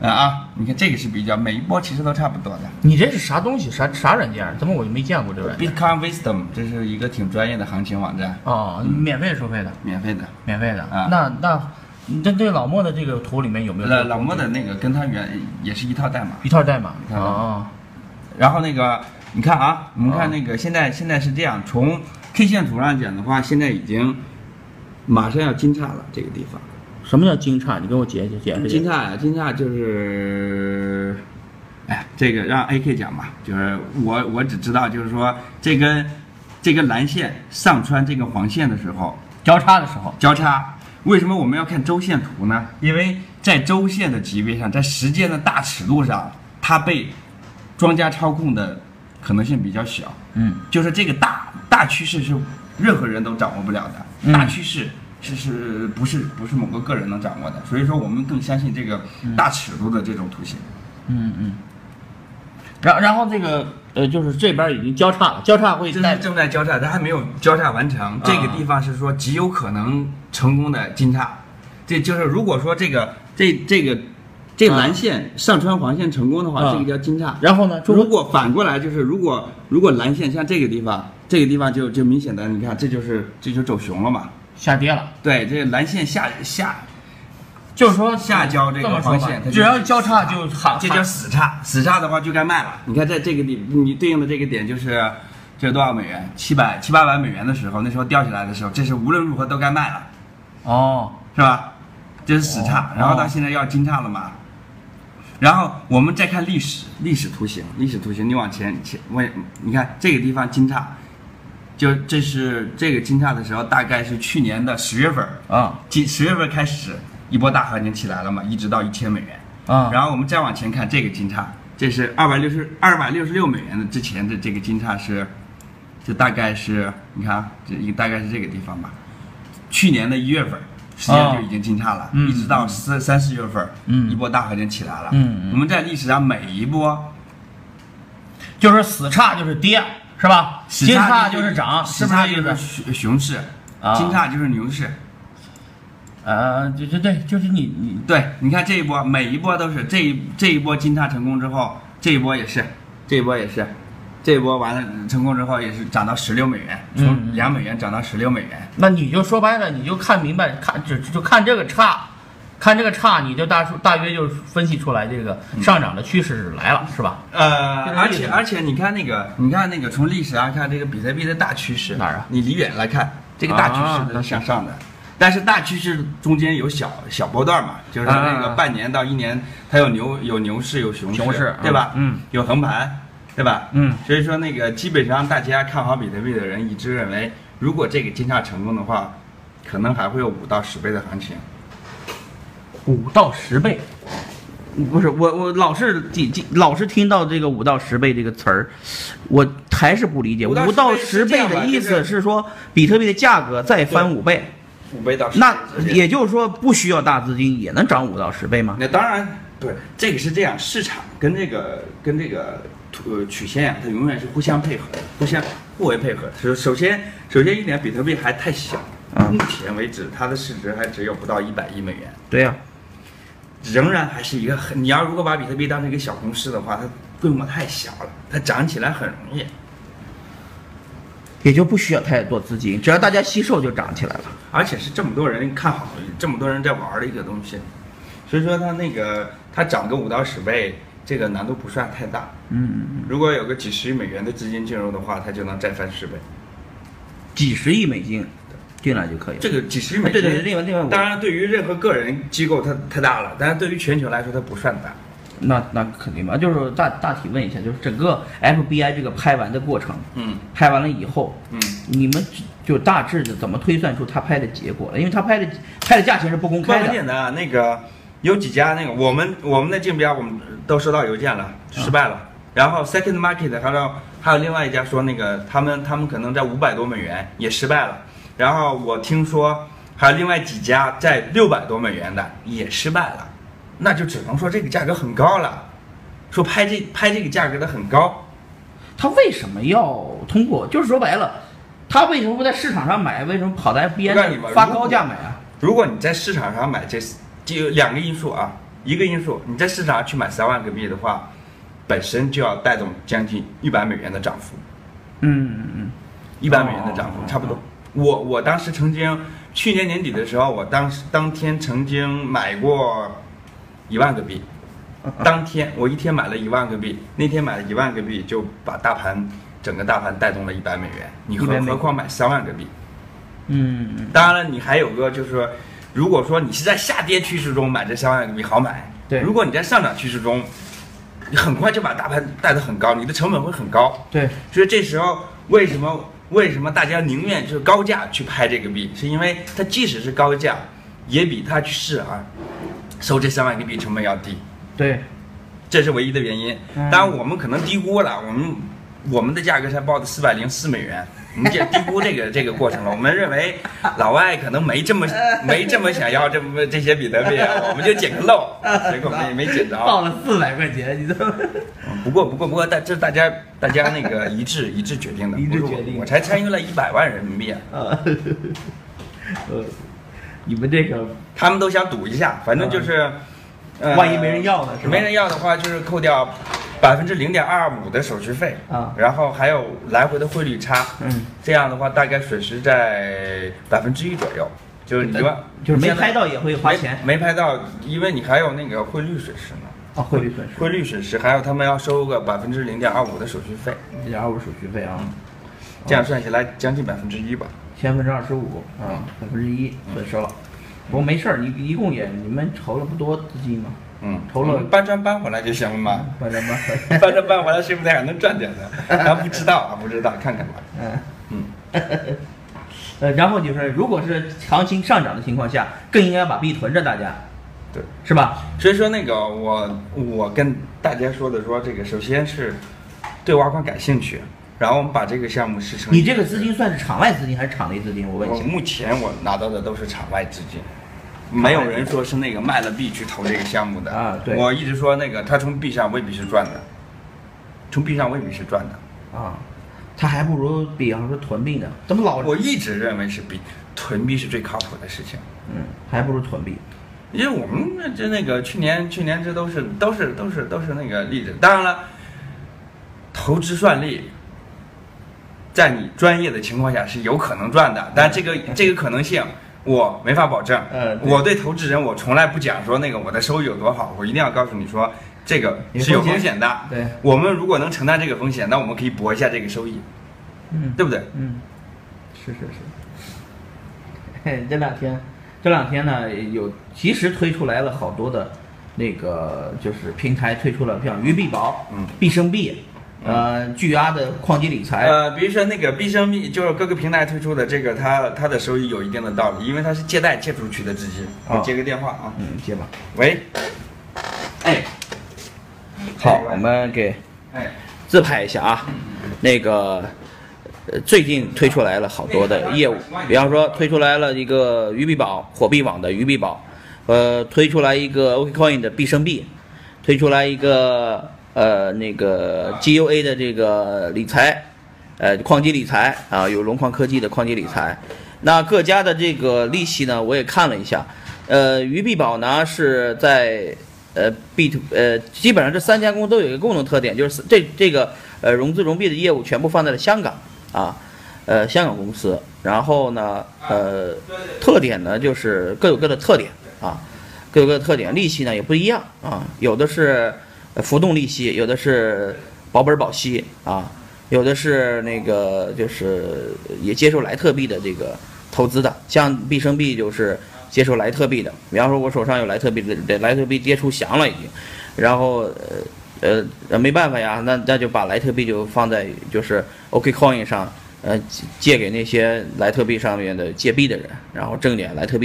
啊啊，你看这个是比较，每一波其实都差不多的。你这是啥东西？啥啥软件？怎么我就没见过这软件？ Bitcoin Wisdom 这是一个挺专业的行情网站，哦，免费收费的，免费的。免费的。啊那那，你这对老莫的这个图里面有没有这老个老莫的那个跟他原也是一套代码，一套代码？一套代码哦，然后那个你看啊，我们啊看那个现在现在是这样，从 K 线图上讲的话，现在已经马上要金叉了这个地方。什么叫金叉？你给我解解解释解金释。叉哎呀，金叉就是，哎，这个让 AK 讲吧，就是我我只知道就是说这根这根蓝线上穿这根黄线的时候交叉的时候，交叉。为什么我们要看周线图呢？因为在周线的级别上，在时间的大尺度上，它被庄家操控的可能性比较小。嗯，就是这个大大趋势是任何人都掌握不了的，嗯大趋势是是不是不是某个个人能掌握的，所以说我们更相信这个大尺度的这种图形。嗯嗯。然然后这个呃，就是这边已经交叉了，交叉会这带啊是正在交叉，它还没有交叉完成。这个地方是说极有可能成功的金叉，这就是如果说这个这这个这蓝线上穿黄线成功的话，啊这个叫金叉。然后呢，中如果反过来就是，如果如果蓝线像这个地方，这个地方就就明显的，你看这就是这就走熊了嘛。下跌了，对，这蓝线下下就是说下交这这个么说黄吧线，它，就只要交叉就喊这叫喊死叉，死叉的话就该卖了。你看在这个地，你对应的这个点就是，这多少美元？七百七八百美元的时候，那时候掉下来的时候，这是无论如何都该卖了，哦，是吧？这是死叉哦，然后到现在要金叉了嘛。然后我们再看历史历史图形，历史图形你往前前问，你看这个地方金叉，就这是这个金叉的时候，大概是去年的十月份儿，啊今十月份开始一波大行情起来了嘛，一直到一千美元。啊，然后我们再往前看这个金叉，这是二百六十二百六十六美元的之前的这个金叉是，这大概是你看啊这一大概是这个地方吧，去年的一月份。时间就已经金叉了，嗯一直到四三四月份，嗯一波大行情起来了。嗯嗯我们在历史上每一波就是死叉就是跌，是吧？死金叉叉就是涨，是死不叉是就这个是？熊熊市，啊金叉就是牛市。呃，对对对，就是你你对，你看这一波，每一波都是这一这一波金叉成功之后，这一波也是，这一波也是，这一波完了成功之后也是涨到十六美元，从两美元涨到十六美元。那你就说白了，你就看明白，看就就看这个差，看这个差，你就大数大约就分析出来这个上涨的趋势来了，是吧？呃这是而历史且而且你看那个，你看那个从历史上啊看这个比特币的大趋势哪儿啊你离远来看，这个大趋啊势它是向上的。但是大趋势中间有小小波段嘛，就是那啊个半年到一年，它有牛有牛市有熊市，熊市对吧？嗯，有横盘，对吧？嗯，所以说那个基本上大家看好比特币的人一致认为，如果这个金叉成功的话，可能还会有五到十倍的行情。五到十倍，不是我我老是记记老是听到这个五到十倍这个词儿，我还是不理解。五到五到10倍十倍是这样吧的意就思是是说比特币的价格再翻五倍，五倍到十倍那之间也就是说不需要大资金也能涨五到十倍吗？那当然，对，这个是这样，市场跟这个跟这个图呃曲线呀、它永远是互相配合的，互相互为配合的。首首先，首先一点，比特币还太小，嗯目前为止它的市值还只有不到一百亿美元，对啊呀、仍然还是一个很，你要如果把比特币当成一个小公司的话，它规模太小了，它涨起来很容易。也就不需要太多资金，只要大家吸收就涨起来了。而且是这么多人看好，这么多人在玩的一个东西，所以说它那个它涨个五到十倍，这个难度不算太大。嗯，如果有个几十亿美元的资金进入的话，它就能再翻十倍。几十亿美金进来就可以了。这个几十亿美啊对金，对对，另外另外当我，然对于任何个人机构它太大了，但是对于全球来说它不算大。那那肯定嘛，就是大大体问一下，就是整个 FBI 这个拍完的过程，嗯拍完了以后，嗯，你们就大致的怎么推算出他拍的结果了？因为他拍的拍的价钱是不公那开很的。简单啊，那个有几家那个我们我们的竞标我们都收到邮件啊了，失败了。然后 Second Market 还有还有另外一家说那个他们他们可能在五百多美元也失败了。然后我听说还有另外几家在六百多美元的也失败了，那就只能说这个价格很高了。说拍这拍这个价格的很高，他为什么要通过？就是说白了，他为什么不在市场上买？为什么跑到 FBI 我告诉你吧那发如果高价买啊？如果你在市场上买这这有两个因素啊，一个因素，你在市场上去买三万个币的话，本身就要带动将近一百美元的涨幅，嗯嗯一百美元的涨幅哦差不多。我我当时曾经去年年底的时候，我当时当天曾经买过一万个币，嗯当天我一天买了一万个币，那天买了一万个币就把大盘整个大盘带动了一百美元，你100何美何元况买三万个币？嗯嗯，当然了，你还有个就是说，如果说你是在下跌趋势中买这三万个币好买，对如果你在上涨趋势中，你很快就把大盘带得很高，你的成本会很高。对，所以这时候为什么为什么大家宁愿就是高价去拍这个币，是因为它即使是高价，也比它去市场收这三万个币成本要低，对，这是唯一的原因嗯。当然我们可能低估了，我们我们的价格才报的四百零四美元。我们也低估这个这个过程了。我们认为老外可能没这么嗯没这么想要这么这些比特币啊，我们就捡个漏，结果没没捡着。嗯报了四百块钱，你都 嗯不过不过不过，大这是大家大家那个一致一致决定的，一不致是我决定的我才参与了一百万人民币啊，啊， 呃，你们这个他们都想赌一下，反正就是，呃嗯万一没人要呢是吧没人要的话，就是扣掉百分之零点二五的手续费啊然后还有来回的汇率差，嗯，这样的话大概损失在百分之一左右，就是一万，就是没现在拍到也会花钱没没拍到，因为你还有那个汇率损失呢，啊，汇率损失汇率哦损失还有他们要收个百分之零点二五的手续费，一点二五手续费啊，这样算下来将近百分之一吧。千分之二十五啊，百分之一损失了。不过没事儿，你一共也你们筹了不多资金嘛，嗯，投了我们搬砖搬回来就行了嘛，反正 吧， 搬砖搬回来说不定还能赚点呢。 咱不知道啊，不知道，看看吧。嗯。嗯， 呃，然后就是，如果是行情上涨的情况下，更应该把币囤着，大家对。是吧？所以说那个我我跟大家说的说这个，首先是对挖矿感兴趣，然后我们把这个项目是成。你这个资金算是场外资金还是场内资金？我问一我下。目前我拿到的都是场外资金，没有人说是那个卖了币去投这个项目的啊对我一直说那个他从币上未必是赚的，从币上未必是赚的。啊，他还不如比方说囤币呢，怎么老我一直认为是币囤币是最靠谱的事情。嗯，还不如囤币。因为我们这这那个去年去年这都是都是都是都是那个例子。当然了，投资算力，在你专业的情况下是有可能赚的，但这个这个可能性我没法保证。呃对我嗯对投资人我从来不讲说那个我的收益有多好，我一定要告诉你说这个是有风险的。对，我们如果能承担这个风险，那我们可以搏一下这个收益，嗯，对不对？嗯，是是 是。嘿，哎这两天，这两天呢，有及时推出来了好多的，那个就是平台推出了像鱼币宝、嗯、必胜币，呃，巨额的矿机理财，呃，比如说那个必胜币，就是各个平台推出的这个，它它的收益有一定的道理，因为它是借贷借出去的资金。哦我接个电话啊，嗯，接吧。喂，哎，好，我们给哎，自拍一下啊，那个。呃，最近推出来了好多的业务，比方说推出来了一个鱼币宝、火币网的鱼币宝，呃，推出来一个 OKCoin 的必胜币，推出来一个呃那个 GUA 的这个理财，呃，矿机理财啊，有龙矿科技的矿机理财。那各家的这个利息呢，我也看了一下，呃，鱼币宝呢是在呃 B to 呃，基本上这三家公司都有一个共同特点，就是这这个呃融资融币的业务全部放在了香港啊，呃香港公司。然后呢，呃，特点呢就是各有各的特点啊，各有各的特点，利息呢也不一样啊，有的是呃浮动利息，有的是保本保息啊，有的是那个就是也接受莱特币的这个投资的，像必胜币就是接受莱特币的。比方说，我手上有莱特币的，这莱特币跌出翔了已经，然后呃呃没办法呀，那那就把莱特币就放在就是 OKCoin 上，呃借借给那些莱特币上面的借币的人，然后挣点莱特币的。